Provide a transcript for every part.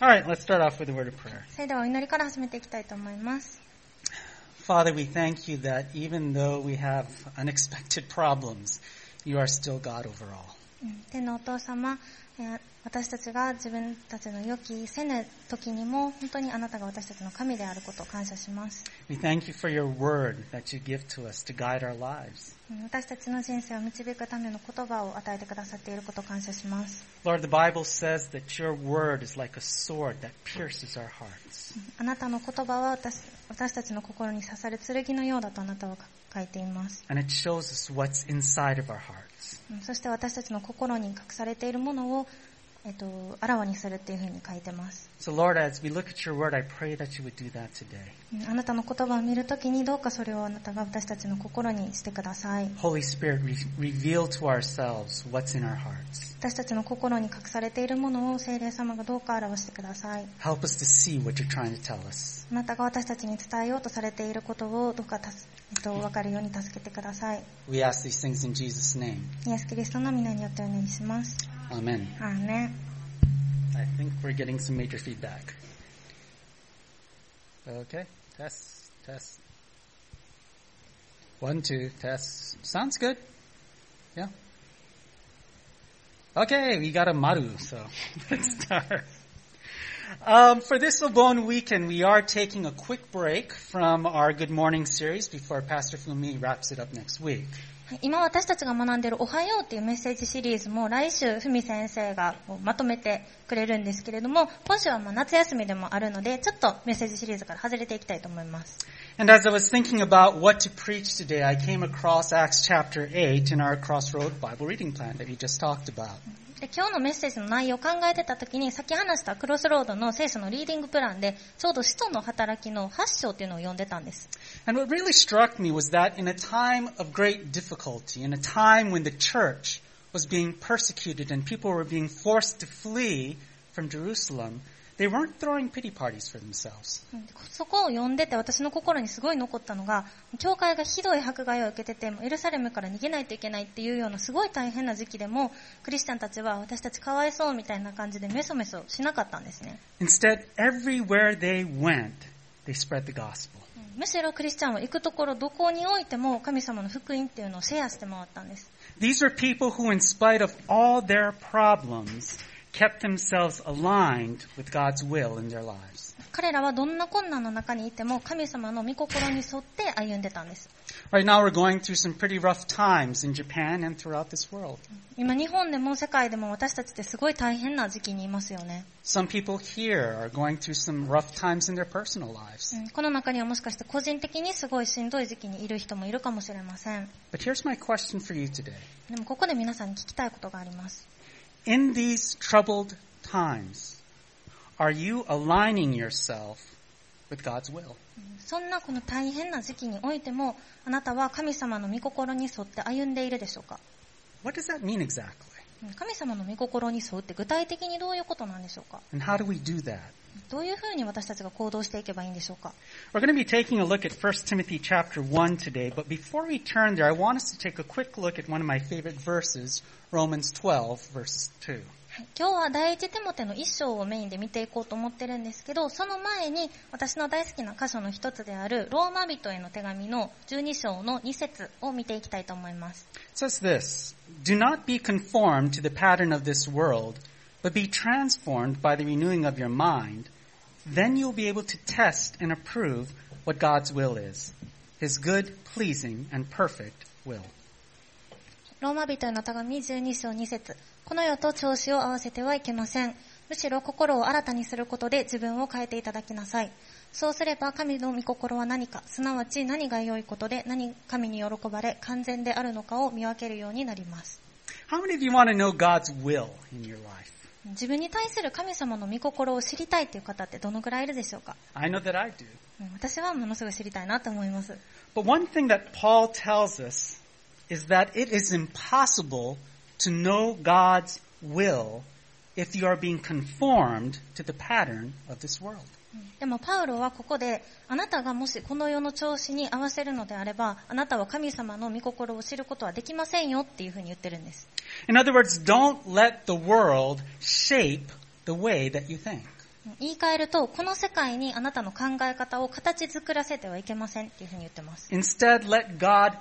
All right, let's start off with a word of prayer. それではお祈りから始めていきたいと思います。 Father, we thank you that even though we have unexpected problems, you are still God over all. うん天のお父様、えー私たちが自分たちの良きせぬ時にも本当にあなたが私たちの神であることを感謝します。 We thank you for your word that you give to us to guide our lives. うん私たちの人生を導くための言葉を与えてくださっていることを感謝します。 Lord, the Bible says that your word is like a sword that pierces our hearts. うんあなたの言葉は私私たちの心に刺さる剣のようだとあなたは書いています。 And it shows us what's inside of our hearts. うんそして私たちの心に隠されているものを、えっと、あらわにするっていうふうに書いてます。 So Lord, as we look at your word, I pray that you would do that today. うんあなたの言葉を見るときにどうかそれをあなたが私たちの心にしてください。 Holy Spirit, re- reveal to ourselves what's in our hearts. 私たちの心に隠されているものを聖霊様がどうか表してください。 Help us to see what you're trying to tell us. あなたが私たちに伝えようとされていることをどうかたす、えっと、わかるように助けてください。 We ask these things in Jesus' name. イエス・キリストの皆によってお願いします。 Amen. アーメン。 I think we're getting some major feedback. Okay, test, test. One, two, test. Sounds good. Yeah. Okay, we got a maru, so let's start. Um, for this Obon weekend, we are taking a quick break from our Good Morning series before Pastor Fumi wraps it up next week. 今私たちが学んでいる「おはよう」っていうメッセージシリーズも来週ふみ先生がこうまとめてくれるんですけれども今週はまあ夏休みでもあるのでちょっとメッセージシリーズから外れていきたいと思います And as I was thinking about what to preach today, I came across Acts chapter 8 in our Crossroad Bible reading plan that we just talked about. で今日のメッセージの内容を考えてた時にさっき話したクロスロードの聖書のリーディングプランでちょうど使徒の働きの8章っていうのを読んでたんです And what really struck me was that in a time of great difficulty, in a time when the church was being persecuted and people were being forced to flee from Jerusalem, they weren't throwing pity parties for themselves. うんそこを読んでて私の心にすごい残ったのが教会がひどい迫害を受けててもうエルサレムから逃げないといけないっていうようなすごい大変な時期でもクリスチャンたちは私たちかわいそうみたいな感じでメソメソしなかったんですね Instead, everywhere they went, they spread the gospel. うんむしろクリスチャンは行くところどこにおいても神様の福音っていうのをシェアして回ったんです These were people who, in spite of all their problems, kept themselves aligned with God's will in their lives. 彼らはどんな困難の中にいても神様の御心に沿って歩んでたんです Right now, we're going through some pretty rough times in Japan and throughout this world. 今日本でも世界でも私たちってすごい大変な時期にいますよね Some people here are going through some rough times in their personal う lives. んこの中にはもしかして個人的にすごいしんどい時期にいる人もいるかもしれません。 But here's my question for you today. でもここで皆さんに聞きたいことがあります。 In these troubled times, are you aligning yourself with God's will? うんそんなこの大変な時期においても、あなたは神様の御心に沿って歩んでいるでしょうか What does that mean exactly? うん神様の御心に沿うって具体的にどういうことなんでしょうか And how do we do that? どういうふうに私たちが行動していけばいいんでしょうか We're going to be taking a look at 1 Timothy chapter 1 today, but before we turn there, I want us to take a quick look at one of my favorite verses, Romans 12, verse 2. はい今日は第一テモテの一章をメインで見ていこうと思ってるんですけど、その前に私の大好きな箇所の一つであるローマ人への手紙の12章の2節を見ていきたいと思います。 It says this Do not be conformed to the pattern of this world, but be transformed by the renewing of your mind. Then you'll be able to test and approve what God's will is His good, pleasing, and perfect will. ローマ人への手紙12章2節この世と調子を合わせてはいけません。むしろ心を新たにすることで自分を変えていただきなさい。そうすれば神の御心は何か、すなわち何が良いことで何神に喜ばれ完全であるのかを見分けるようになります。 How many of you want to know God's will in your life? 自分に対する神様の御心を知りたいという方ってどのくらいいるでしょうか I know that I do. うん私はものすごい知りたいなと思います。 But one thing that Paul tells us is that it is impossible to know God's will if you are being conformed to the pattern of this world. でもパウロはここで、あなたがもしこの世の調子に合わせるのであれば、あなたは神様の御心を知ることはできませんよっていうふうに言ってるんです。 In other words, don't let the world shape the way that you think. 言い換えると、この世界にあなたの考え方を形作らせてはいけませんっていうふうに言ってます。 Instead, let God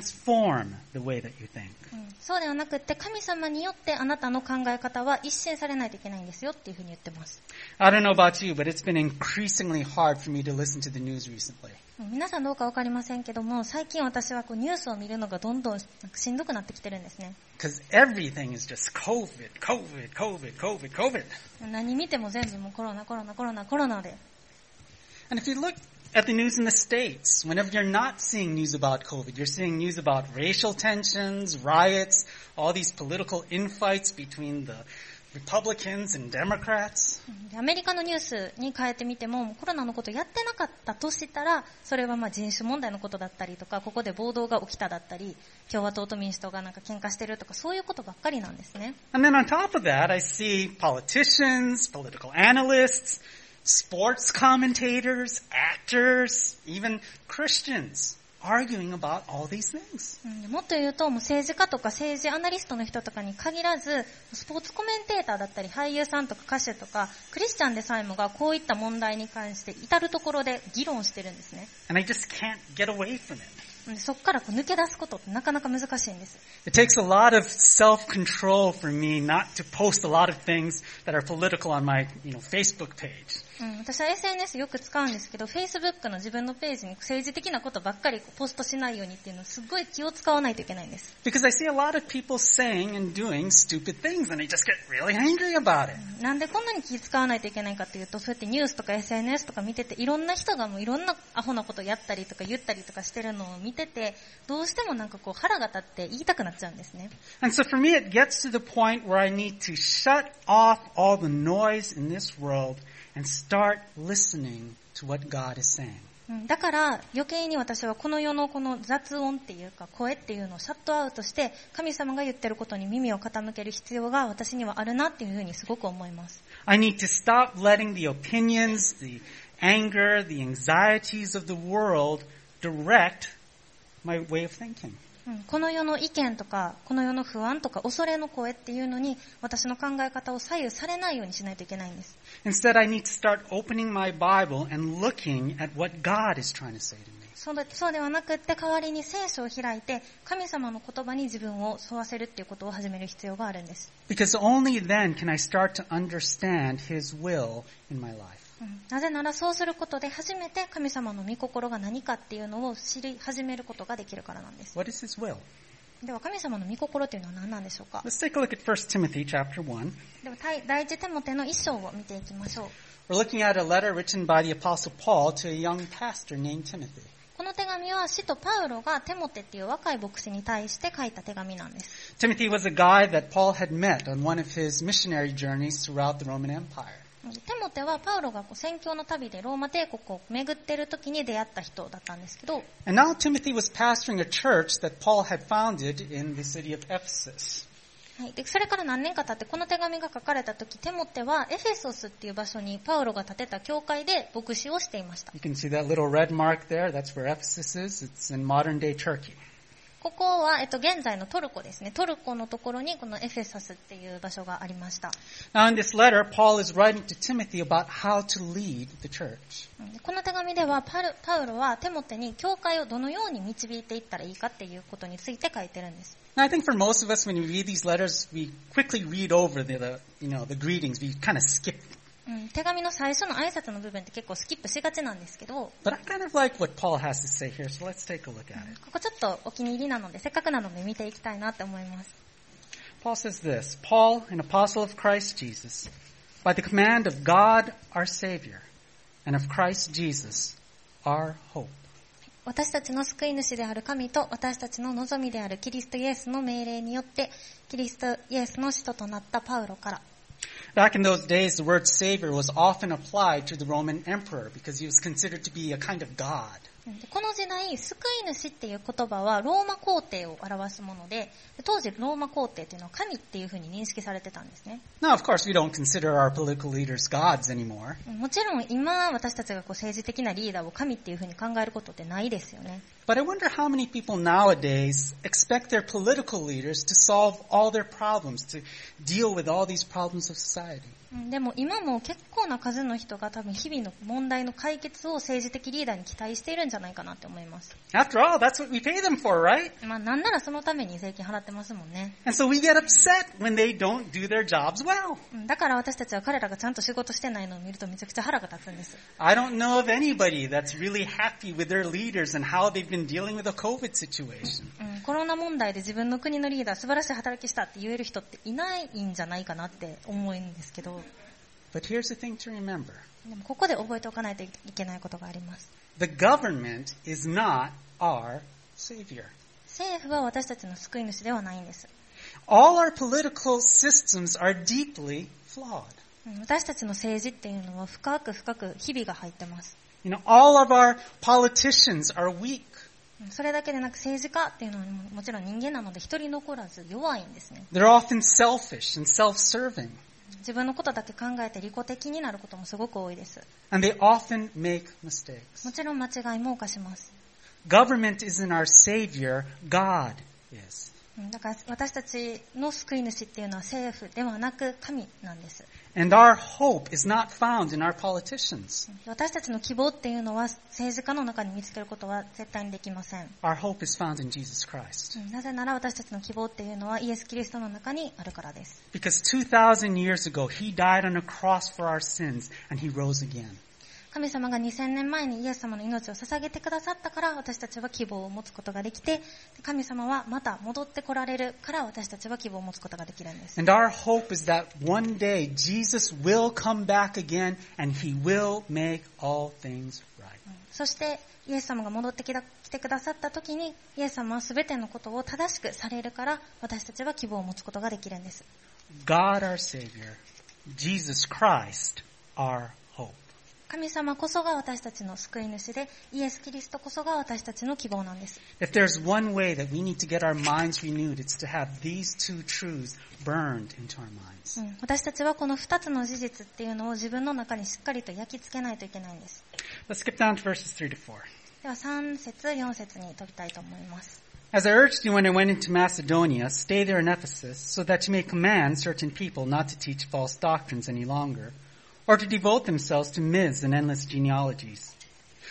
transform the way that you think. うんそうではなくって、神様によってあなたの考え方は一新されないといけないんですよっていうふうに言ってます。 I don't know about you, but it's been increasingly hard for me to listen to the news recently. うん皆さんどうかわかりませんけども、最近私はこうニュースを見るのがどんどんなんかしんどくなってきてるんですね。 Because everything is just COVID, COVID, COVID, COVID, COVID. 何見ても全部もうコロナコロナコロナコロナで。 And if you look at the news in the States, whenever you're not seeing news about COVID, you're seeing news about racial tensions, riots, all these political infights between the Republicans and Democrats. うんでアメリカのニュースに変えてみても、もうコロナのことやってなかったとしたら、それはまあ人種問題のことだったりとか、ここで暴動が起きただったり、共和党と民主党がなんか喧嘩してるとか、そういうことばっかりなんですね。 And then on top of that, I see politicians, political analysts, sports commentators, actors, even Christians arguing about all these things. うんもっと言うと、もう政治家とか政治アナリストの人とかに限らず、スポーツコメンテーターだったり、俳優さんとか歌手とか、クリスチャンでさえもがこういった問題に関して至るところで議論してるんですね。 And I just can't get away from it. でそこからこう抜け出すことってなかなか難しいんです。 It takes a lot of self-control for me not to post a lot of things that are political on my, you know, Facebook page. うん、私は SNS よく使うんですけど、Facebook の自分のページに政治的なことばっかりこうポストしないようにっていうのすっごい気を使わないといけないんです。 Because I see a lot of people saying and doing stupid things and I just get really angry about it. なんでこんなに気使わないといけないかっていうと、そうやってニュースとか SNS とか見てて、いろんな人がもういろんなアホなことやったりとか言ったりとかしてるのを見てて、どうしてもなんかこう腹が立って言いたくなっちゃうんですね。 And so for me, it gets to the point where I need to shut off all the noise in this world and start listening to what God is saying. うんだから余計に私はこの世のこの雑音っていうか声っていうのをシャットアウトして神様が言ってることに耳を傾ける必要が私にはあるなっていうふうにすごく思います。 I need to stop letting the opinions, the anger, the anxieties of the world direct my way of thinking. うんこの世の意見とか、この世の不安とか恐れの声っていうのに私の考え方を左右されないようにしないといけないんです。 Instead, I need to start opening my Bible and looking at what God is trying to say to me. そうだそうではなくって代わりに聖書を開いて神様の言葉に自分を沿わせるっていうことを始める必要があるんです。 Because only then can I start to understand His will in my life. うんなぜならそうすることで初めて神様の御心が何かっていうのを知り始めることができるからなんです。 What is His will? では神様の御心というのは何なんでしょうか Let's take a look at 1 Timothy chapter 1. では第第一手モての一章を見ていきましょう。 We're looking at a letter written by the apostle Paul to a young pastor named Timothy. この手紙は使徒パウロがテモテっていう若い牧師に対して書いた手紙なんです。 Timothy was a guy that Paul had met on one of his missionary journeys throughout the Roman Empire. テモテはパウロがこう宣教の旅でローマ帝国を巡ってる時に出会った人だったんですけど、 And now Timothy was pastoring a church that Paul had founded in the city of Ephesus. はい、でそれから何年か経ってこの手紙が書かれた時テモテはエフェソスっていう場所にパウロが建てた教会で牧師をしていました You can see that little red mark there. That's where Ephesus is. It's in modern day Turkey. ここは、えっと、現在のトルコですねトルコのところにこのエフェソスっていう場所がありました Now in this letter, Paul is writing to Timothy about how to lead the church. うんでこの手紙ではパルパウロはテモテに教会をどのように導いていったらいいかっていうことについて書いてるんです Now I think for most of us, when we read these letters, we quickly read over the, the you know, the greetings. We kind of skip うん、手紙の最初の挨拶の部分って結構スキップしがちなんですけど、 But I kind of like what Paul has to say here, so let's take a look at it. ここちょっとお気に入りなので、せっかくなので見ていきたいなって思います。 Paul says this Paul, an apostle of Christ Jesus, by the command of God our Savior, and of Christ Jesus our hope. 私たちの救い主である神と私たちの望みであるキリストイエスの命令によって、キリストイエスの使徒となったパウロから。 Back in those days, the word Savior was often applied to the Roman emperor because he was considered to be a kind of God. うんでこの時代、救い主っていう言葉はローマ皇帝を表すもので、で当時ローマ皇帝っていうのは神っていうふうに認識されてたんですね。 Now, of course, we don't consider our political leaders gods anymore, うんもちろん今私たちがこう政治的なリーダーを神っていうふうに考えることってないですよね。 but I wonder how many people nowadays expect their political leaders to solve all their problems, to deal with all these problems of society. うんでも今も結構な数の人が多分日々の問題の解決を政治的リーダーに期待しているんじゃないかなって思います。 After all, that's what we pay them for, right? まあなんならそのために税金払ってますもんね。 And so we get upset when they don't do their jobs well. うんだから私たちは彼らがちゃんと仕事してないのを見るとめちゃくちゃ腹が立つんです。 I don't know of anybody that's really happy with their leaders and how they've been dealing with the COVID situation. うん、コロナ問題で自分の国のリーダー素晴らしい働きしたって言える人っていないんじゃないかなって思うんですけど、 But here's the thing to remember. でもここで覚えておかないといけないことがあります。 The government is not our savior. 政府は私たちの救い主ではないんです。 All our political systems are deeply flawed. うん私たちの政治っていうのは深く深く日々が入ってます。 You know, all of our politicians are weak. うんそれだけでなく政治家っていうのはももちろん人間なので一人残らず弱いんですね。 They're often selfish and self-serving, 自分のことだけ考えて利己的になることもすごく多いです。 and they often make mistakes. もちろん間違いも犯します。 Government isn't our savior, God is. うんだから私たちの救い主っていうのは政府ではなく神なんです。 And our hope is not found in our politicians. 私たちの希望っていうのは政治家の中に見つけることは絶対にできません。 Our hope is found in Jesus Christ. うんなぜなら私たちの希望っていうのはイエス・キリストの中にあるからです。 Because 2,000 years ago, He died on a cross for our sins, and He rose again. 神様が2000年前にイエス様の命を捧げてくださったから私たちは希望を持つことができて、神様はまた戻ってこられるから私たちは希望を持つことができるんです。 And our hope is that one day Jesus will come back again, and He will make all things right. そしてイエス様が戻ってきた来てくださった時にイエス様は全てのことを正しくされるから私たちは希望を持つことができるんです。 God our Savior, Jesus Christ, our hope. 神様こそが私たちの救い主で、イエス・キリストこそが私たちの希望なんです。 If there's one way that we need to get our minds renewed, it's to have these two truths burned into our minds. うん私たちはこの二つの事実っていうのを自分の中にしっかりと焼き付けないといけないんです。 Let's skip down to verses 3 to 4. では3節4節に飛びたいと思います。 As I urged you when I went into Macedonia, stay there in Ephesus, so that you may command certain people not to teach false doctrines any longer, or to devote themselves to myths and endless genealogies.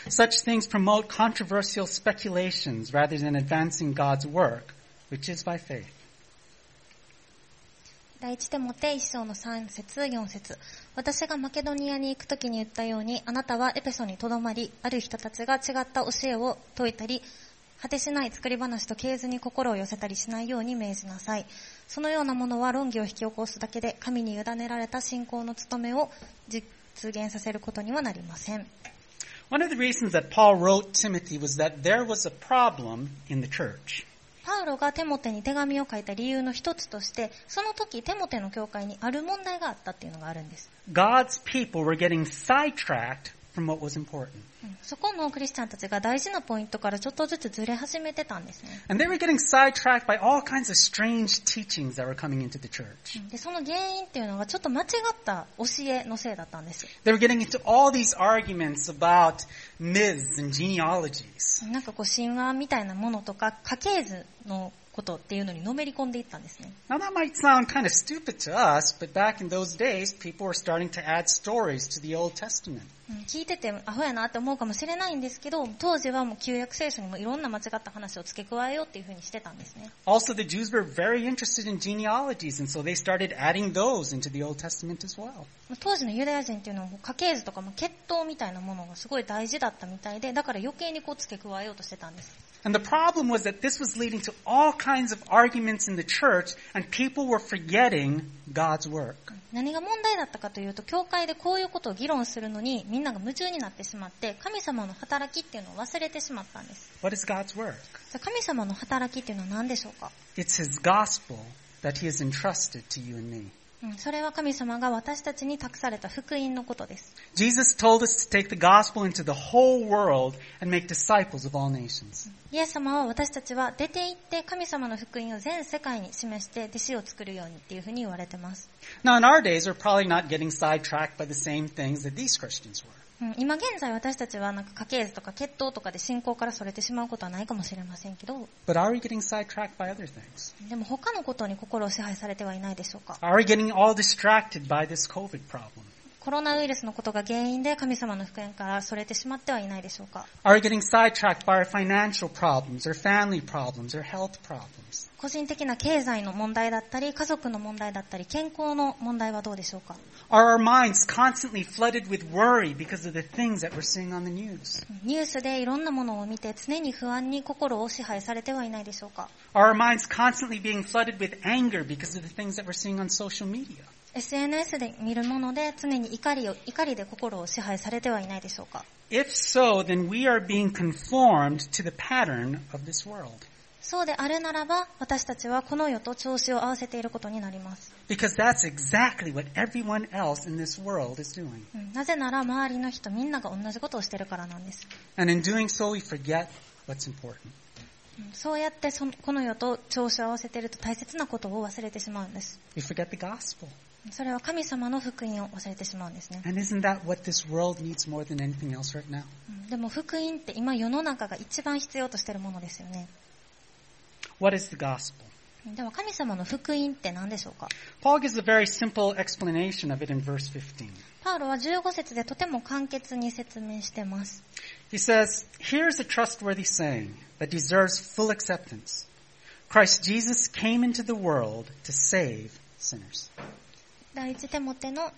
Such things promote controversial speculations rather than advancing God's work, which is by faith. 第一手モて一章の3節4節私がマケドニアに行くときに言ったように、あなたはエペソにとどまり、ある人たちが違った教えを説いたり、果てしない作り話と経図に心を寄せたりしないように命じなさい。そのようなものは論議を引き起こすだけで、神に委ねられた信仰の務めを実現させることにはなりません。 One of the reasons that Paul wrote Timothy was that there was a problem in the church. パウロがテモテに手紙を書いた理由の一つとして、その時テモテの教会にある問題があったっていうのがあるんです。 God's people were getting sidetracked from what was important. うんそこのクリスチャンたちが大事なポイントからちょっとずつずれ始めてたんですね。 And they were getting sidetracked by all kinds of strange teachings that were coming into the church. で、その原因っていうのがちょっと間違った教えのせいだったんです。 They were getting into all these arguments about myths and genealogies. なんかこう神話みたいなものとか家系図のことっていうのにのめり込んでいったんですね。 Now that might sound kind of stupid to us, but back in those days, people were starting to add stories to the Old Testament. うん聞いててアホやなって思うかもしれないんですけど、当時はもう旧約聖書にもいろんな間違った話を付け加えようっていうふうにしてたんですね。 Also, the Jews were very interested in genealogies, and so they started adding those into the Old Testament as well. 当時のユダヤ人っていうのは家系図とかも血統みたいなものがすごい大事だったみたいで、だから余計にこう付け加えようとしてたんです。 And the problem was that this was leading to all kinds of arguments in the church, and people were forgetting God's work. 何が問題だったかというと、教会でこういうことを議論するのにみんなが夢中になってしまって、神様の働きっていうのを忘れてしまったんです。 What is God's work? さあ神様の働きっていうのは何でしょうか、 It's His gospel that He has entrusted to you and me. うん、それは神様が私たちに託された福音のことです。 Jesus told us to take the gospel into the whole world and make disciples of all nations. イエス様は私たちは出て行って神様の福音を全世界に示して弟子を作るようにっていうふうに言われてます。 Now, in our days, we're probably not getting sidetracked by the same things that these Christians were. うん今現在私たちはなんか家系図とか血統とかで信仰からそれてしまうことはないかもしれませんけど、 But are we getting sidetracked by other things? でも他のことに心を支配されてはいないでしょうか。 Are we getting all distracted by this COVID problem? コロナウイルスのことが原因で神様の福縁からそれてしまってはいないでしょうか。 Are we getting sidetracked by our financial problems or family problems or health problems? 個人的な経済の問題だったり、家族の問題だったり、健康の問題はどうでしょうか。 Are our minds constantly flooded with worry because of the things that we're seeing on the news? ニュースでいろんなものを見て常に不安に心を支配されてはいないでしょうか。 Are our minds constantly being flooded with anger because of the things that we're seeing on social media? SNS で見るもので常に怒りを、怒りで心を支配されてはいないでしょうか。 If so, then we are being conformed to the pattern of this world. そうであるならば、私たちはこの世と調子を合わせていることになります。 Because that's exactly what everyone else in this world is doing. うんなぜなら周りの人みんなが同じことをしてるからなんです。 And in doing so, we forget what's important. うんそうやってそのこの世と調子を合わせていると大切なことを忘れてしまうんです。 We forget the gospel. それは神様の福音を忘れてしまうんですね。 And isn't that what this world needs more than anything else right now? うんでも福音って今世の中が一番必要としてるものですよね。 What is the gospel? では神様の福音って何でしょうか Paul gives a very simple explanation of it in verse 15. パウロは15節でとても簡潔に説明してます。 He says, Here's a trustworthy saying that deserves full acceptance. Christ Jesus came into the world to save sinners. 第一手モての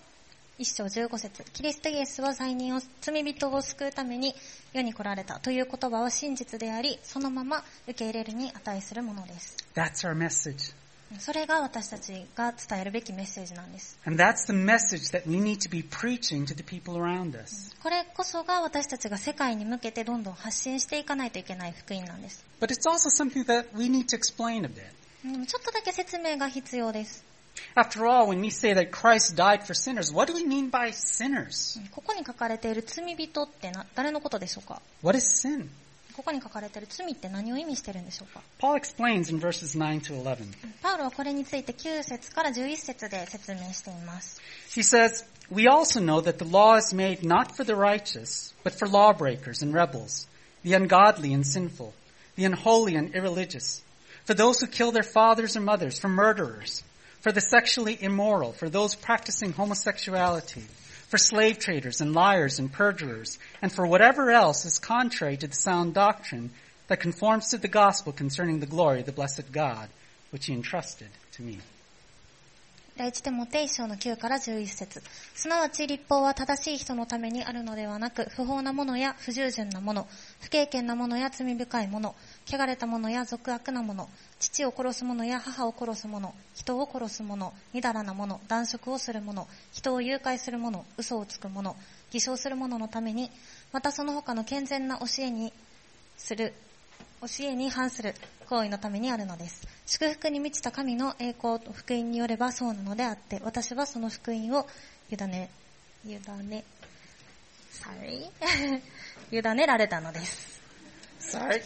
一章15節キリストイエスは罪人を、罪人を救うために世に来られたという言葉は真実であり、そのまま受け入れるに値するものです。 That's our message. それが私たちが伝えるべきメッセージなんです。 And that's the message that we need to be preaching to the people around us. これこそが私たちが世界に向けてどんどん発信していかないといけない福音なんです。 But it's also something that we need to explain a bit. うんちょっとだけ説明が必要です。 After all, when we say that Christ died for sinners, what do we mean by sinners? ここに書かれている罪人ってな誰のことでしょうか What is sin? ここに書かれている罪って何を意味してるんでしょうか Paul explains in verses 9 to 11. パウロはこれについて9節から11節で説明しています。 He says, We also know that the law is made not for the righteous, but for lawbreakers and rebels, the ungodly and sinful, the unholy and irreligious, for those who kill their fathers or mothers, for murderers, for the sexually immoral, for those practicing homosexuality, for slave traders and liars and perjurers, and for whatever else is contrary to the sound doctrine that conforms to the gospel concerning the glory of the blessed God, which he entrusted to me. 第一手モテ一章の9から11節すなわち立法は正しい人のためにあるのではなく、不法なものや不従順なもの、不経験なものや罪深いもの、汚れたものや俗悪なもの、父を殺すものや母を殺すもの、人を殺すもの、みだらなもの、断食をするもの、人を誘拐するもの、嘘をつくもの、偽証するもののために、またその他の健全な教えにする教えに反する行為のためにあるのです。祝福に満ちた神の栄光と福音によればそうなのであって、私はその福音を委ね、委ね、sorry? 委ねられたのです。 Sorry.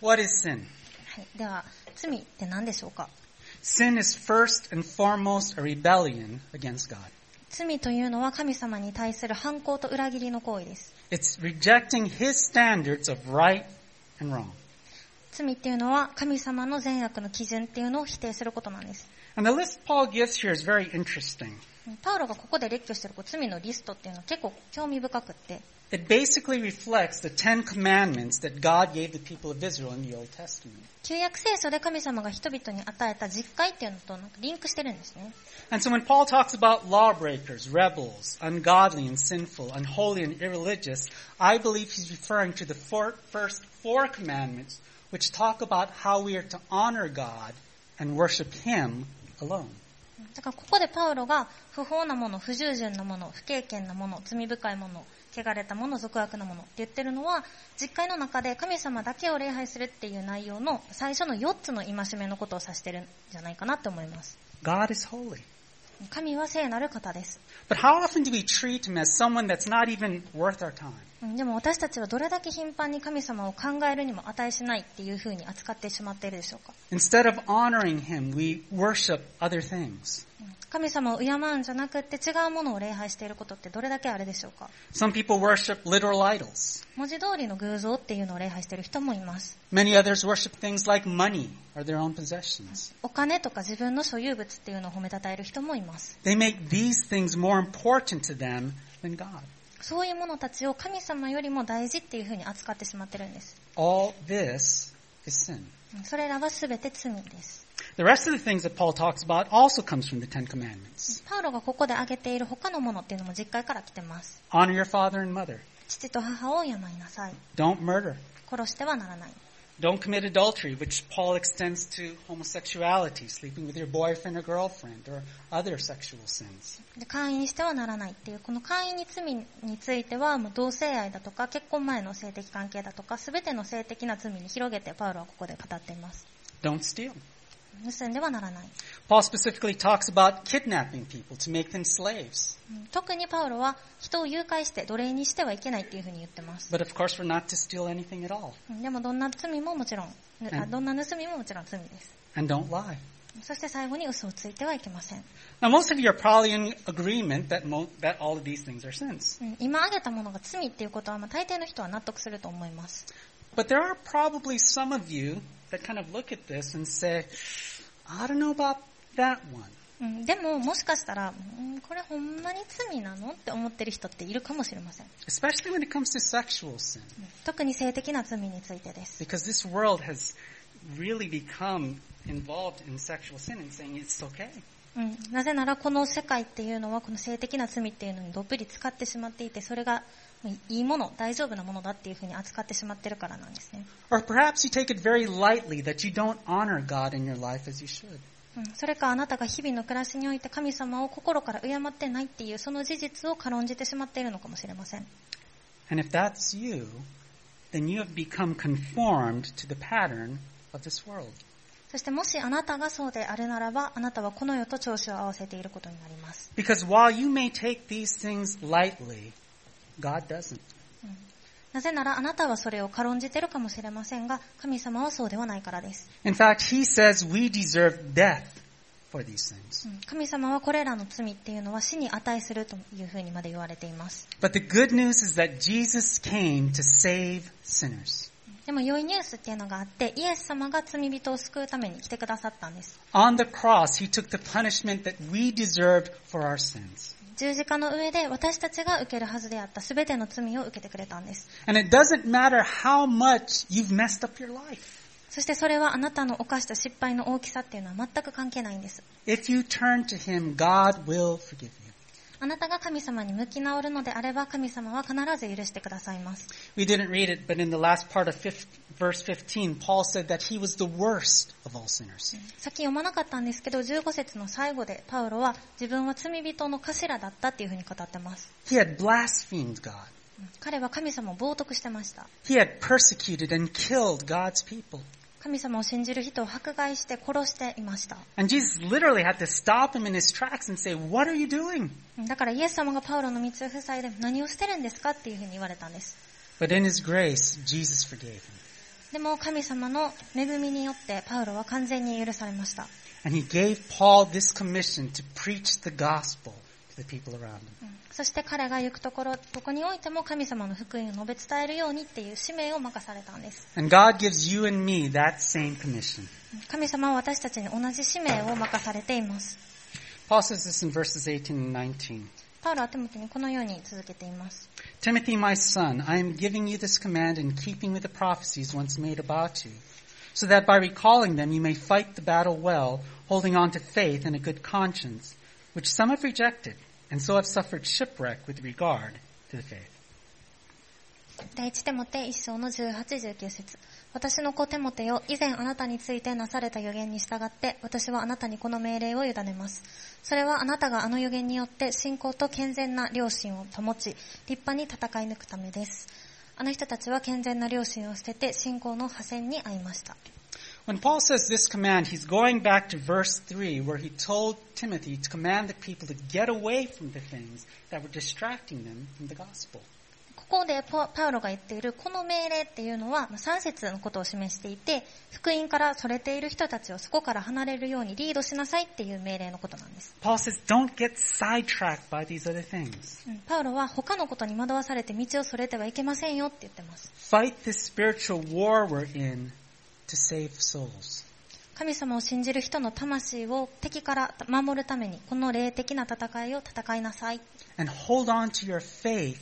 what is sin? はい、では、罪って何でしょうか Sin is first and foremost a rebellion against God. 罪というのは神様に対する反抗と裏切りの行為です。 It's rejecting His standards of right and wrong. 罪っていうのは神様の善悪の基準っていうのを否定することなんです。 And the list Paul gives here is very interesting. パウロがここで列挙してるこう罪のリストっていうのは結構興味深くって、 It basically reflects the Ten Commandments that God gave the people of Israel in the Old Testament. 旧約聖書で神様が人々に与えた実戒っていうのとなんかリンクしてるんですね。 And so when Paul talks about lawbreakers, rebels, ungodly and sinful, unholy and irreligious, I believe he's referring to the four, first four commandments, which talk about how we are to honor God and worship Him alone. だからここでパウロが不法なもの、不従順なもの、不経験なもの、罪深いもの、汚れたもの、俗悪なものって言ってるのは、実戒の中で神様だけを礼拝するっていう内容の最初の4つの戒めのことを指してるんじゃないかなって思います。 God is holy. 神は聖なる方です。 But how often do we treat Him as someone that's not even worth our time? うんでも私たちはどれだけ頻繁に神様を考えるにも値しないっていうふうに扱ってしまっているでしょうか Instead of honoring him, we worship other things. うん神様を敬うんじゃなくって違うものを礼拝していることってどれだけあれでしょうか Some people worship literal idols. 文字通りの偶像っていうのを礼拝している人もいます Many others worship things like money or their own possessions. お金とか自分の所有物っていうのを褒めたたえる人もいます They make these things more important to them than God. そういうものたちを神様よりも大事っていうふうに扱ってしまってるんです All this is sin. うんそれらは全て罪です The rest of the things that Paul talks about also comes from the Ten Commandments. パウロがここで挙げている他のものっていうのも実会から来てます Honor your father and mother. 父と母を敬いなさい Don't murder. 殺してはならない Don't commit adultery, which Paul extends to homosexuality, sleeping with your boyfriend or girlfriend, or other sexual sins. で会員してはならないっていうこの会員に罪についてはもう同性愛だとか結婚前の性的関係だとか全ての性的な罪に広げてパウロはここで語っています Don't steal. 盗んではならない Paul specifically talks about kidnapping people to make them slaves. うん特にパウロは人を誘拐して奴隷にしてはいけないっていうふうに言ってます。 But of course, we're not to steal anything at all. うんでもどんな罪ももちろん、うぬあんどんな盗みももちろん罪です。 And don't lie. そして最後に嘘をついてはいけません。 Now, most of you are probably in agreement that, mo- that all of these things are sins. うん今挙げたものが罪っていうことは、まあ、大抵の人は納得すると思います。 But there are probably some of you that kind of look at this and say, I don't know about that one. うんでももしかしたら、うんこれほんまに罪なのって思ってる人っているかもしれません。 Especially when it comes to sexual sin. うん特に性的な罪についてです。 Because this world has really become involved in sexual sin and saying it's okay. うんなぜならこの世界っていうのはこの性的な罪っていうのにどっぷり使ってしまっていてそれがうんいいもの大丈夫なものだっていうふうに扱ってしまってるからなんですね、 Or perhaps you take it very lightly that you don't honor God in your life as you should. うん、それかあなたが日々の暮らしにおいて神様を心から敬ってないっていうその事実を軽んじてしまっているのかもしれません And if that's you, then you have become conformed to the pattern of this world. そしてもしあなたがそうであるならばあなたはこの世と調子を合わせていることになります、 Because while you may take these things lightly, God doesn't. うんなぜならあなたはそれを軽んじてるかもしれませんが神様はそうではないからです In fact, he says we deserve death for these things. うん神様はこれらの罪っていうのは死に値するというふうにまで言われています But the good news is that Jesus came to save sinners. でも良いニュースっていうのがあってイエス様が罪人を救うために来てくださったんです On the cross, he took the punishment that we deserved for our sins. 十字架の上で私たちが受けるはずであった全ての罪を受けてくれたんです And it doesn't matter how much you've messed up your life. そしてそれはあなたの犯した失敗の大きさっていうのは全く関係ないんです If you turn to him, God will forgive you. あなたが神様に向き直るのであれば神様は必ず許してくださいます、 We didn't read it, but in the last part of fifth, verse 15, Paul said that he was the worst of all sinners. さっき読まなかったんですけど15節の最後でパウロは自分は罪人の頭だったっていうふうに語ってます、 He had blasphemed God. うん彼は神様を冒涜してました He had persecuted and killed God's people. 神様を信じる人を迫害して殺していました And Jesus literally had to stop him in his tracks and say, what are you doing? だからイエス様がパウロの道を塞いで何をしてるんですかっていうふうに言われたんです But in his grace, Jesus forgave him. でも神様の恵みによってパウロは完全に許されました And he gave Paul this commission to preach the gospel to the people around him. そして彼が行くところどこにおいても神様の福音を述べ伝えるようにっていう使命を任されたんです And God gives you and me that same commission. 神様は私たちに同じ使命を任されています Paul says this in verses 18 and 19. パウロはテモテにこのように続けています Timothy, my son, I am giving you this command in keeping with the prophecies once made about you, so that by recalling them you may fight the battle well, holding on to faith and a good conscience, which some have rejected, and so have suffered shipwreck with regard to the faith. 第一テモテ一章の1819節私の子テモテよ以前あなたについてなされた予言に従って私はあなたにこの命令を委ねますそれはあなたがあの予言によって信仰と健全な良心を保ち立派に戦い抜くためですあの人たちは健全な良心を捨てて信仰の破線に遭いました When Paul says this command, he's going back to verse 3 where he told Timothy to command the people to get away from the things that were distracting them from the gospel. こここでパパウロが言っているこの命令っていうのはまあ3節のことを示していて、福音からそれている人たちをそこから離れるようにリードしなさいっていう命令のことなんです。 Paul says, don't get sidetracked by these other things. うんパウロは他のことに惑わされて道をそれてはいけませんよって言ってます。 Fight this spiritual war we're in to save souls. 神様を信じる人の魂を敵から守るために、この霊的な戦いを戦いなさい。 And hold on to your faith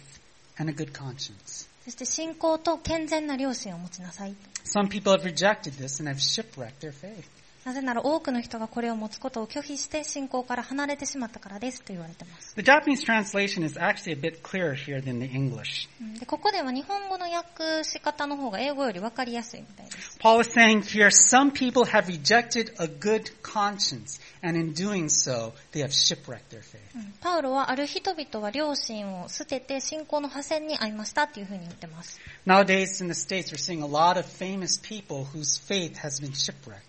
and a good conscience. そして信仰と健全な良心を持ちなさい。 Some people have rejected this and have shipwrecked their faith. なぜなら多くの人がこれを持つことを拒否して信仰から離れてしまったからですと言われてます。 The Japanese translation is actually a bit clearer here than the English. うんでここでは日本語の訳し方の方が英語より分かりやすいみたいです。 Paul is saying here, some people have rejected a good conscience, and in doing so, they have shipwrecked their faith. うんパウロはある人々は良心を捨てて信仰の破線に遭いましたっていうふうに言ってます。 Nowadays in the States, we're seeing a lot of famous people whose faith has been shipwrecked.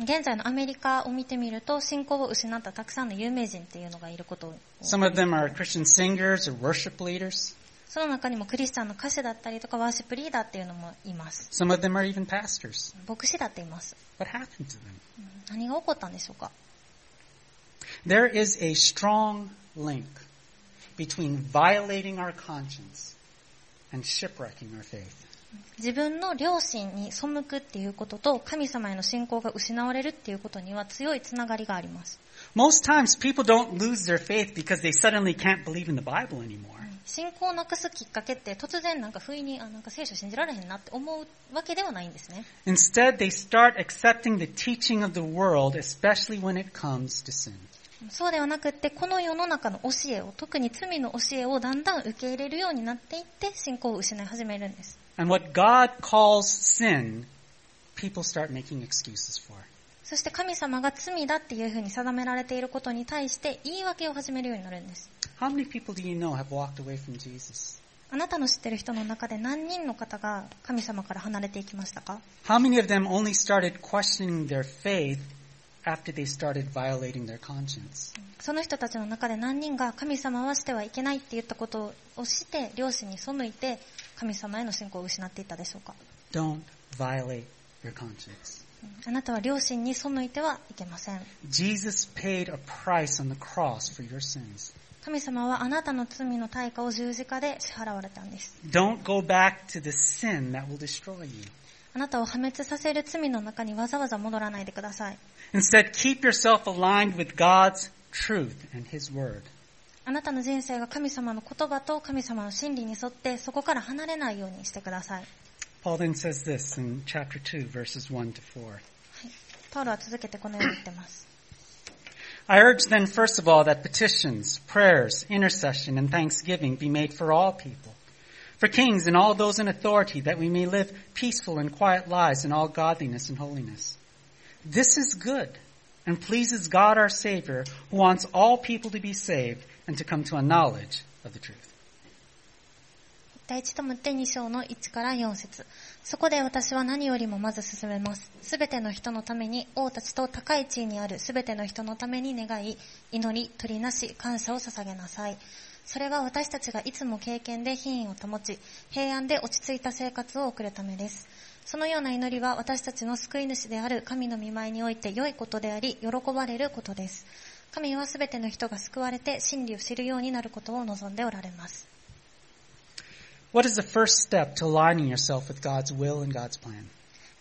現在のアメリカを見てみると信仰を失ったたくさんの有名人っていうのがいることを Some of them are Christian singers or worship leaders. その中にもクリスチャンの歌手だったりとかワーシップリーダーっていうのもいます。 Some of them are even pastors. 牧師だっています。 What happened to them? うん何が起こったんでしょうか There is a strong link between violating our conscience and shipwrecking our faith. 自分の良心に背くっていうことと神様への信仰が失われるっていうことには強いつながりがあります。 Most times people don't lose their faith because they suddenly can't believe in the Bible anymore. 信仰をなくすきっかけって突然なんか不意にあなんか聖書信じられへんなって思うわけではないんですね。 Instead, they start accepting the teaching of the world, especially when it comes to sin. そうではなくってこの世の中の教えを特に罪の教えをだんだん受け入れるようになっていって信仰を失い始めるんです。 And what God calls sin, people start making excuses for. そして神様が罪だっていうふうに定められていることに対して言い訳を始めるようになるんです。 How many people do you know have walked away from Jesus? あなたの知ってる人の中で何人の方が神様から離れていきましたか How many of them only started questioning their faith after they started violating their conscience? その人たちの中で何人が神様はしてはいけないって言ったことをして、両親に背いて神様への信仰を失っていたでしょうか Don't violate your conscience. あなたは両親に背いてはいけません。 Jesus paid a price on the cross for your sins. 神様はあなたの罪の対価を十字架で支払われたんです。 Don't go back to the sin that will destroy you. あなたを破滅させる罪の中にわざわざ戻らないでください。 Instead, keep yourself aligned with God's truth and His Word. あなたの人生が神様の言葉と神様の真理に沿ってそこから離れないようにしてください。 Paul then says this in chapter 2, verses 1 to 4. パウロは続けてこのように言ってます。 I urge then, first of all, that petitions, prayers, intercession, and thanksgiving be made for all people, for kings and all those in authority, that we may live peaceful and quiet lives in all godliness and holiness. This is good and pleases God our Savior, who wants all people to be saved and to come to a knowledge of the truth. 第一ともて2章の1から4節そこで私は何よりもまず進めます。すべての人のために、王たちと高い地位にあるすべての人のために願い、祈り、取りなし、感謝を捧げなさい。それは私たちがいつも経験で品位を保ち、平安で落ち着いた生活を送るためです。そのような祈りは私たちの救い主である神の御前において良いことであり、喜ばれることです。神はすべての人が救われて真理を知るようになることを望んでおられます。 What is the first step to aligning yourself with God's will and God's plan?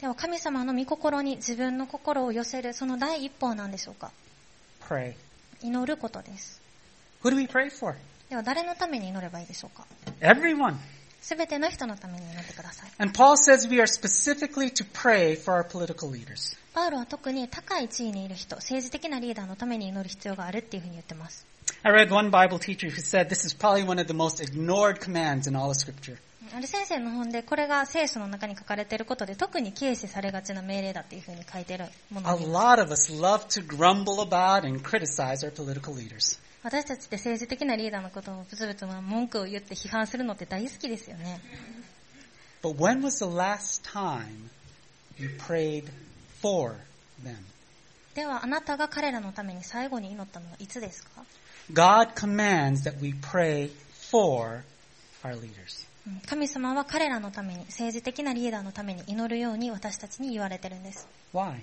では神様の御心に自分の心を寄せるその第一歩は何でしょうか Pray. 祈ることです。 Who do we pray for? では誰のために祈ればいいでしょうか Everyone. すべての人のために祈ってください。 And Paul says we are specifically to pray for our political leaders. パウロは特に高い地位にいる人、政治的なリーダーのために祈る必要があるっていうふうに言ってます。 I read one Bible teacher who said this is probably one of the most ignored commands in all of scripture. ある先生の本でこれが聖書の中に書かれていることで特に軽視されがちな命令だっていうふうに書いているもの A です。 lot of us love to grumble about and criticize our political leaders. 私たちって政治的なリーダーのことをブツブツ文句を言って批判するのって大好きですよね。 But when was the last time you prayed for them? ではあなたが彼らのために最後に祈ったのはいつですか God commands that we pray for our leaders. うん神様は彼らのために、政治的なリーダーのために祈るように私たちに言われてるんです。 Why?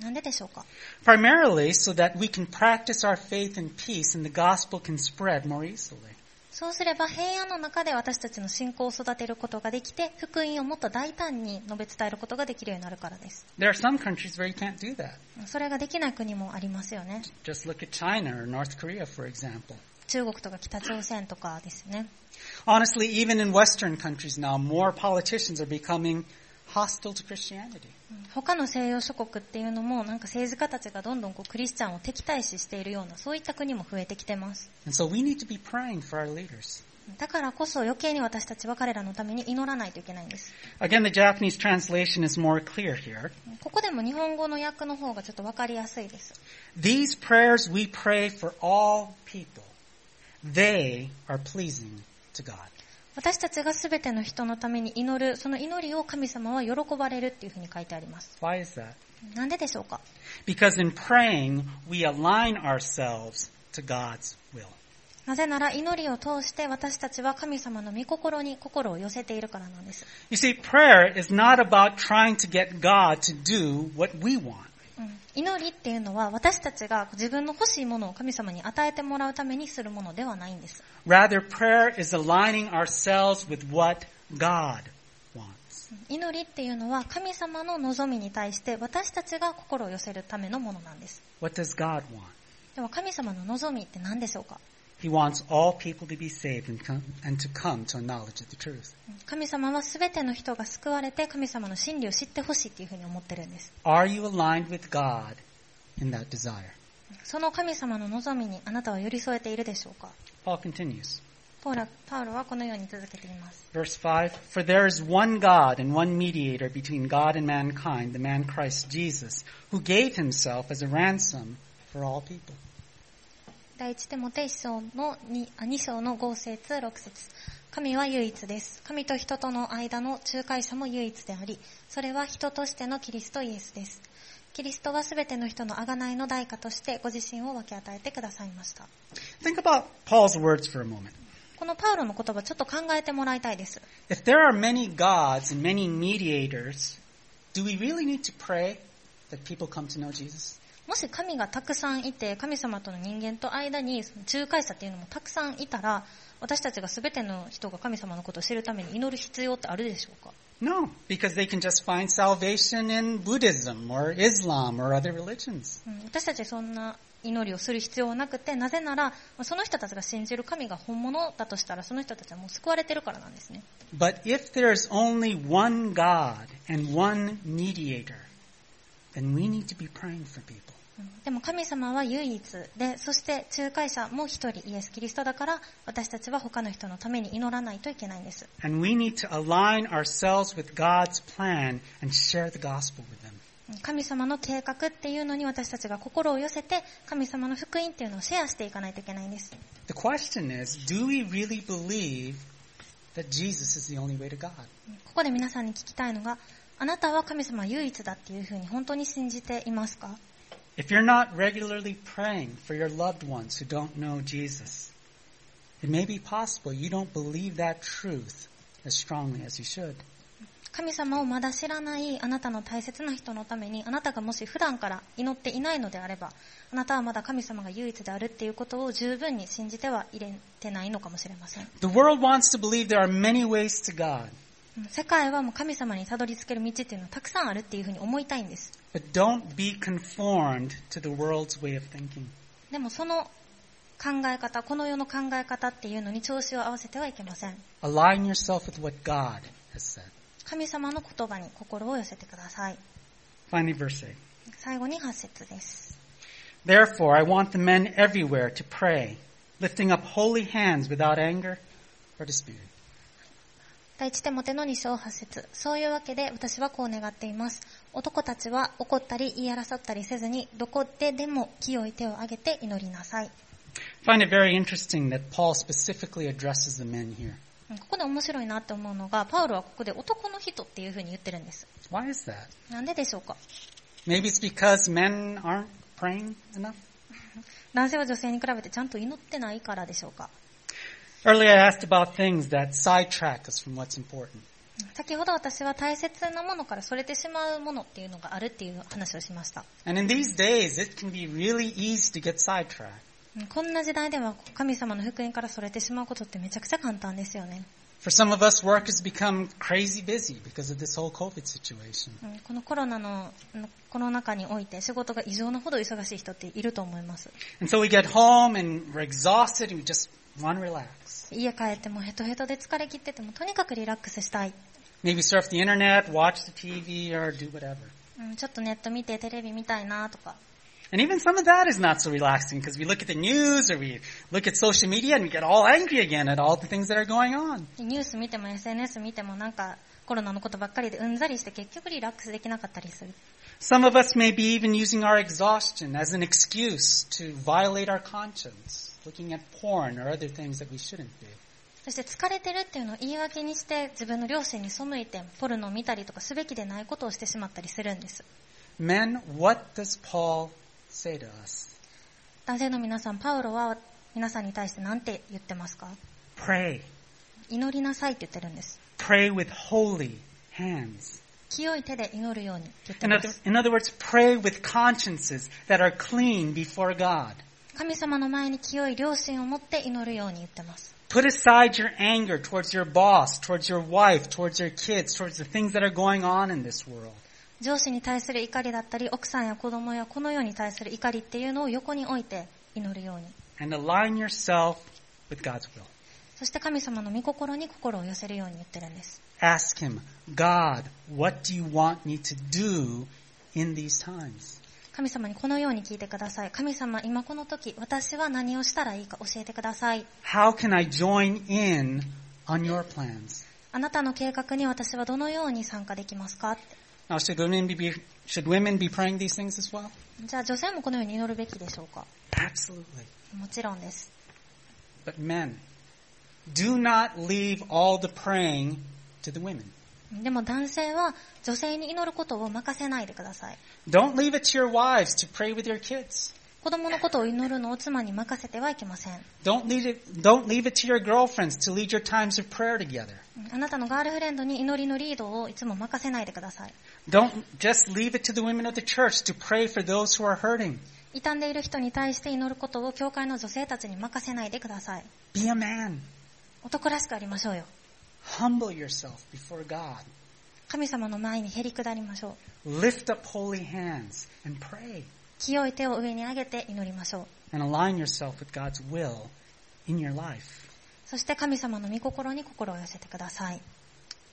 なんででしょうか Primarily so that we can practice our faith in peace and the gospel can spread more easily. そうすれば平安の中で私たちの信仰を育てることができて、福音をもっと大胆に述べ伝えることができるようになるからです。 There are some countries where you can't do that. それができない国もありますよね。 Just look at China or North Korea, for example. 中国とか北朝鮮とかですね。 Honestly, even in Western countries now, more politicians are becoming hostile to Christianity. うん他の西洋諸国っていうのも、なんか政治家たちがどんどんこうクリスチャンを敵対視しているような、そういった国も増えてきてます。 And so we need to be praying for our leaders. だからこそ余計に私たちは彼らのために祈らないといけないんです。 Again, the Japanese translation is more clear here. ここでも日本語の訳の方がちょっとわかりやすいです。 These prayers we pray for all people. They are pleasing to God. 私たちが全ての人のために祈る、その祈りを神様は喜ばれるっていうふうに書いてあります。 Why is that? なんででしょうか Because in praying, we align ourselves to God's will. なぜなら祈りを通して私たちは神様の御心に心を寄せているからなんです。 You see, prayer is not about trying to get God to do what we want. うん祈りっていうのは私たちが自分の欲しいものを神様に与えてもらうためにするものではないんです。 Rather, prayer is aligning ourselves with what God wants. 祈りっていうのは神様の望みに対して私たちが心を寄せるためのものなんです。 What does God want? では神様の望みって何でしょうか He wants all people to be saved and, come, and to come to a knowledge of the truth. 神様は全ての人が救われて神様の真理を知ってほしいっていうふうに思ってるんです。 Are you aligned with God in that desire? その神様の望みにあなたは寄り添えているでしょうか Paul continues. ポーラパウロはこのように続けています。 Verse 5 For there is one God and one mediator between God and mankind, the man Christ Jesus, who gave himself as a ransom for all people. 第一手モテ一章の 2, あ2章の5節6節神は唯一です。神と人との間の仲介者も唯一であり、それは人としてのキリストイエスです。キリストは全ての人の贖いの代価としてご自身を分け与えてくださいました。 Think about Paul's words for a moment. このパウロの言葉ちょっと考えてもらいたいです。 If there are many gods and many mediators, do we really need to pray that people come to know Jesus? もし神がたくさんいて、神様との人間と間にその仲介者っていうのもたくさんいたら、私たちが全ての人が神様のことを知るために祈る必要ってあるでしょうか No, because they can just find salvation in Buddhism or Islam or other religions. うん私たちそんな祈りをする必要はなくて、なぜなら、その人たちが信じる神が本物だとしたら、その人たちはもう救われてるからなんですね。 But if there is only one God and one mediator, then we need to be praying for people. うんでも神様は唯一で、そして仲介者も一人イエス・キリストだから、私たちは他の人のために祈らないといけないんです。 And we need to align ourselves with God's plan and share the gospel with them. 神様の計画っていうのに私たちが心を寄せて神様の福音っていうのをシェアしていかないといけないんです。 The question is, do we really believe that Jesus is the only way to God? ここで皆さんに聞きたいのが、あなたは神様唯一だっていうふうに本当に信じていますか If you're not regularly praying for your loved ones who don't know Jesus, it may be possible you don't believe that truth as strongly as you should. 神様をまだ知らないあなたの大切な人のためにあなたがもし普段から祈っていないのであれば、あなたはまだ神様が唯一であるっていうことを十分に信じてはいれてないのかもしれません。 The world wants to believe there are many ways to God, うん世界はもう神様にたどり着ける道っていうのはたくさんあるっていうふうに思いたいんです。 but don't be conformed to the world's way of thinking. でもその考え方、この世の考え方っていうのに調子を合わせてはいけません。 Align yourself with what God has said. 神様の言葉に心を寄せてください。 Finally, verse 8. 最後に8節です。 Therefore, I want the men everywhere to pray, lifting up holy hands without anger or dispute. 第一手モテの2章8節そういうわけで私はこう願っています。男たちは怒ったり言い争ったりせずに、どこででも清い手を挙げて祈りなさい。 I find it very interesting that Paul specifically addresses the men here. うんここで面白いなって思うのが、パウロはここで男の人っていうふうに言ってるんです。 Why is that? なんででしょうか Maybe it's because men aren't praying enough. 男性は女性に比べてちゃんと祈ってないからでしょうか Earlier I asked about things that sidetrack us from what's important. 先ほど私は大切なものからそれてしまうものっていうのがあるっていう話をしました。 And in these days, it can be really easy to get sidetracked. うんこんな時代では神様の福音からそれてしまうことってめちゃくちゃ簡単ですよね。 For some of us, work has become crazy busy because of this whole COVID situation. うんこのコロナの、うんコロナ禍において仕事が異常なほど忙しい人っていると思います。 And so we get home and we're exhausted and we just want to relax. 家帰ってもヘトヘトで疲れ切っててもとにかくリラックスしたい。 Maybe surf the internet, watch the TV, or do whatever. うんちょっとネット見てテレビ見たいなとか。 And even some of that is not so relaxing because we look at the news or we look at social media and we get all angry again at all the things that are going on. ニュース見ても SNS 見てもなんかコロナのことばっかりでうんざりして結局リラックスできなかったりする。 Some of us may be even using our exhaustion as an excuse to violate our conscience, looking at porn or other things that we shouldn't do. そして疲れてるっていうのを言い訳にして自分の両親に背いてポルノを見たりとかすべきでないことをしてしまったりするんです。 Men, what does Paul say to us? 男性の皆さん、パウロは皆さんに対して何て言ってますか Pray. 祈りなさいって言ってるんです。 Pray with holy hands. 清い手で祈るようにって言って In ま other, す。 in other words, pray with consciences that are clean before God. 神様の前に清い良心を持って祈るように言ってます。 Put aside your anger towards your boss, towards your wife, towards your kids, towards the things that are going on in this world. 上司に対する怒りだったり、奥さんや子供やこの世に対する怒りっていうのを横に置いて祈るように。 And align yourself with God's will. そして神様の御心に心を寄せるように言ってるんです。 Ask Him, God, what do you want me to do in these times? 神様にこのように聞いてください。神様、今この時、私は何をしたらいいか教えてください。 How can I join in on your plans? あなたの計画に私はどのように参加できますか Now, should women be, should women be praying these things as well? じゃあ女性もこのように祈るべきでしょうか Absolutely. もちろんです。 But men, do not leave all the praying to the women. でも男性は女性に祈ることを任せないでください。 Don't leave it to your wives to pray with your kids. 子供のことを祈るのを妻に任せてはいけません。 Don't leave it, don't leave it to your girlfriends to lead your times of prayer together. あなたのガールフレンドに祈りのリードをいつも任せないでください。 Don't just leave it to the women of the church to pray for those who are hurting. 傷んでいる人に対して祈ることを教会の女性たちに任せないでください。 Be a man. 男らしくありましょうよ。 Humble yourself before God. 神様の前にへり下りましょう。 Lift up holy hands and pray 清い手を上に上げて祈りましょう。 and align yourself with God's will in your life. そして神様の御心に心を寄せてください。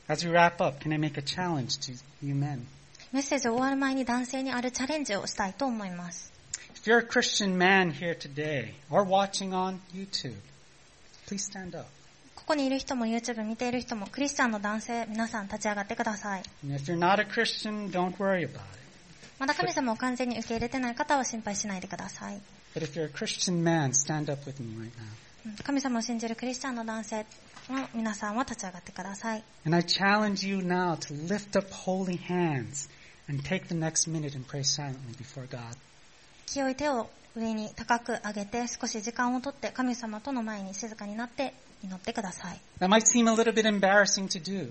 As we wrap up, can I make a challenge to you men? メッセージを終わる前に男性にあるチャレンジをしたいと思います。 If you're a Christian man here today or watching on YouTube, please stand up. ここにいる人も YouTube 見ている人もクリスチャンの男性皆さん立ち上がってください。 And if you're not a Christian, don't worry about it. まだ神様を完全に受け入れてない方は心配しないでください。 But if you're a Christian man, stand up with me right now. うん神様を信じるクリスチャンの男性の皆さんは立ち上がってください。 And I challenge you now to lift up holy hands and take the next minute and pray silently before God. 清い手を上に高く上げて少し時間をとって神様との前に静かになって祈ってください。 That might seem a little bit embarrassing to do.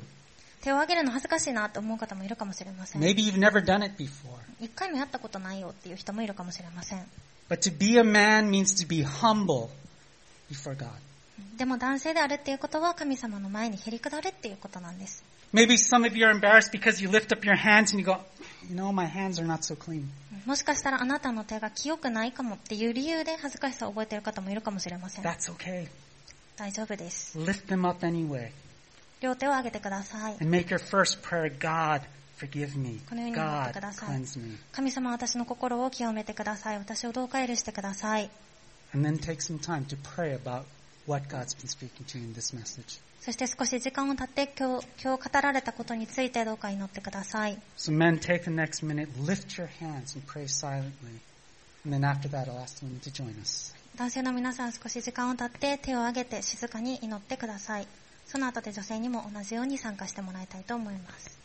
手を上げるの恥ずかしいなって思う方もいるかもしれません。 Maybe you've never done it before. 一回もやったことないよっていう人もいるかもしれません。 But to be a man means to be humble before God. でも男性であるっていうことは神様の前にへり下るっていうことなんです。 Maybe some of you are embarrassed because you lift up your hands and you go, you know, my hands are not so clean. もしかしたらあなたの手が清くないかもっていう理由で恥ずかしさを覚えている方もいるかもしれません。 That's okay. 大丈夫です。 Lift them up anyway 両手を上げてください。 and make your first prayer, God, forgive me. このように God, 祈ってください。 cleanse me. 神様私の心を清めてください。私をどうか許してください。 And then take some time to pray about what God's been speaking to you in this message. そして少し時間を経って今日、今日語られたことについてどうか祈ってください。 So men, take the next minute, lift your hands and pray silently. And then after that, I'll ask the women to join us. 男性の皆さん少し時間を経って手を挙げて静かに祈ってください。その後で女性にも同じように参加してもらいたいと思います。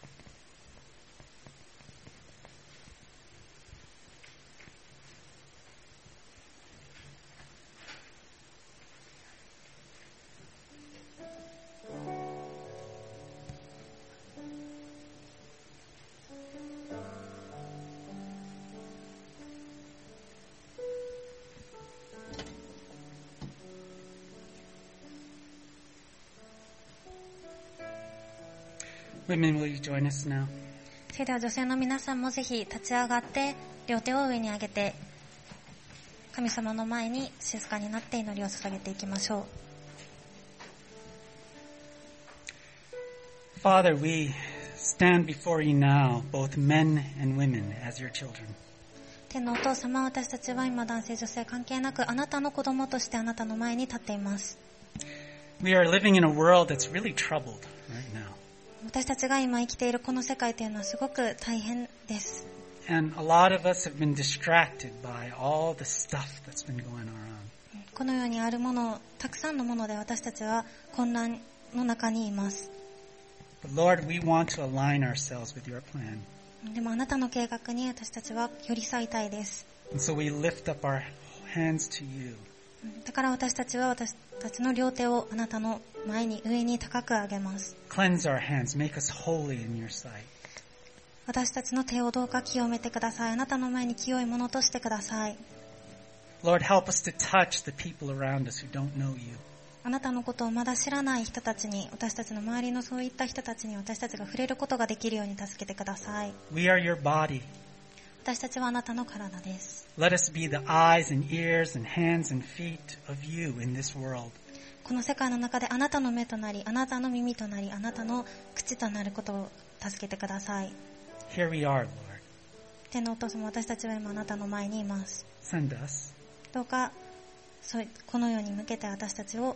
Women, will you join us now? それでは女性の皆さんもぜひ立ち上がって両手を上に上げて神様の前に静かになって祈りを捧げていきましょう Father, we stand before you now, both men and women, as your children. 天のお父様私たちは今男性女性関係なくあなたの子供としてあなたの前に立っています We are living in a world that's really troubled right now. 私たちが今生きているこの世界というのはすごく大変です And a lot of us have been distracted by all the stuff that's been going on. この世にあるものたくさんのもので私たちは混乱の中にいます But Lord, we want to align ourselves with your plan. でもあなたの計画に私たちは寄り添いたいです And so we lift up our hands to you. だから私たちは私たちの両手をあなたの前に上に高く上げます。 Cleanse our hands. Make us holy in your sight. 私たちの手をどうか清めてください。あなたの前に清いものとしてください。 Lord, help us to touch the people around us who don't know you. あなたのことをまだ知らない人たちに、私たちの周りのそういった人たちに私たちが触れることができるように助けてください。 We are your body. 私たちはあなたの体です。 Let us be the eyes and ears and hands and feet of you in this world. この世界の中であなたの目となり、あなたの耳となり、あなたの口となることを助けてください。 Here we are, Lord. 天のお父様、私たちは今あなたの前にいます。 Send us. どうかそうこの世に向けて私たちを、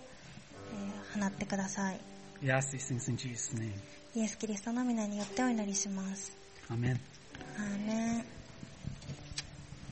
えー放ってください。 We ask these things in Jesus' name. イエス・キリストの皆によってお祈りします。 Amen. アーメン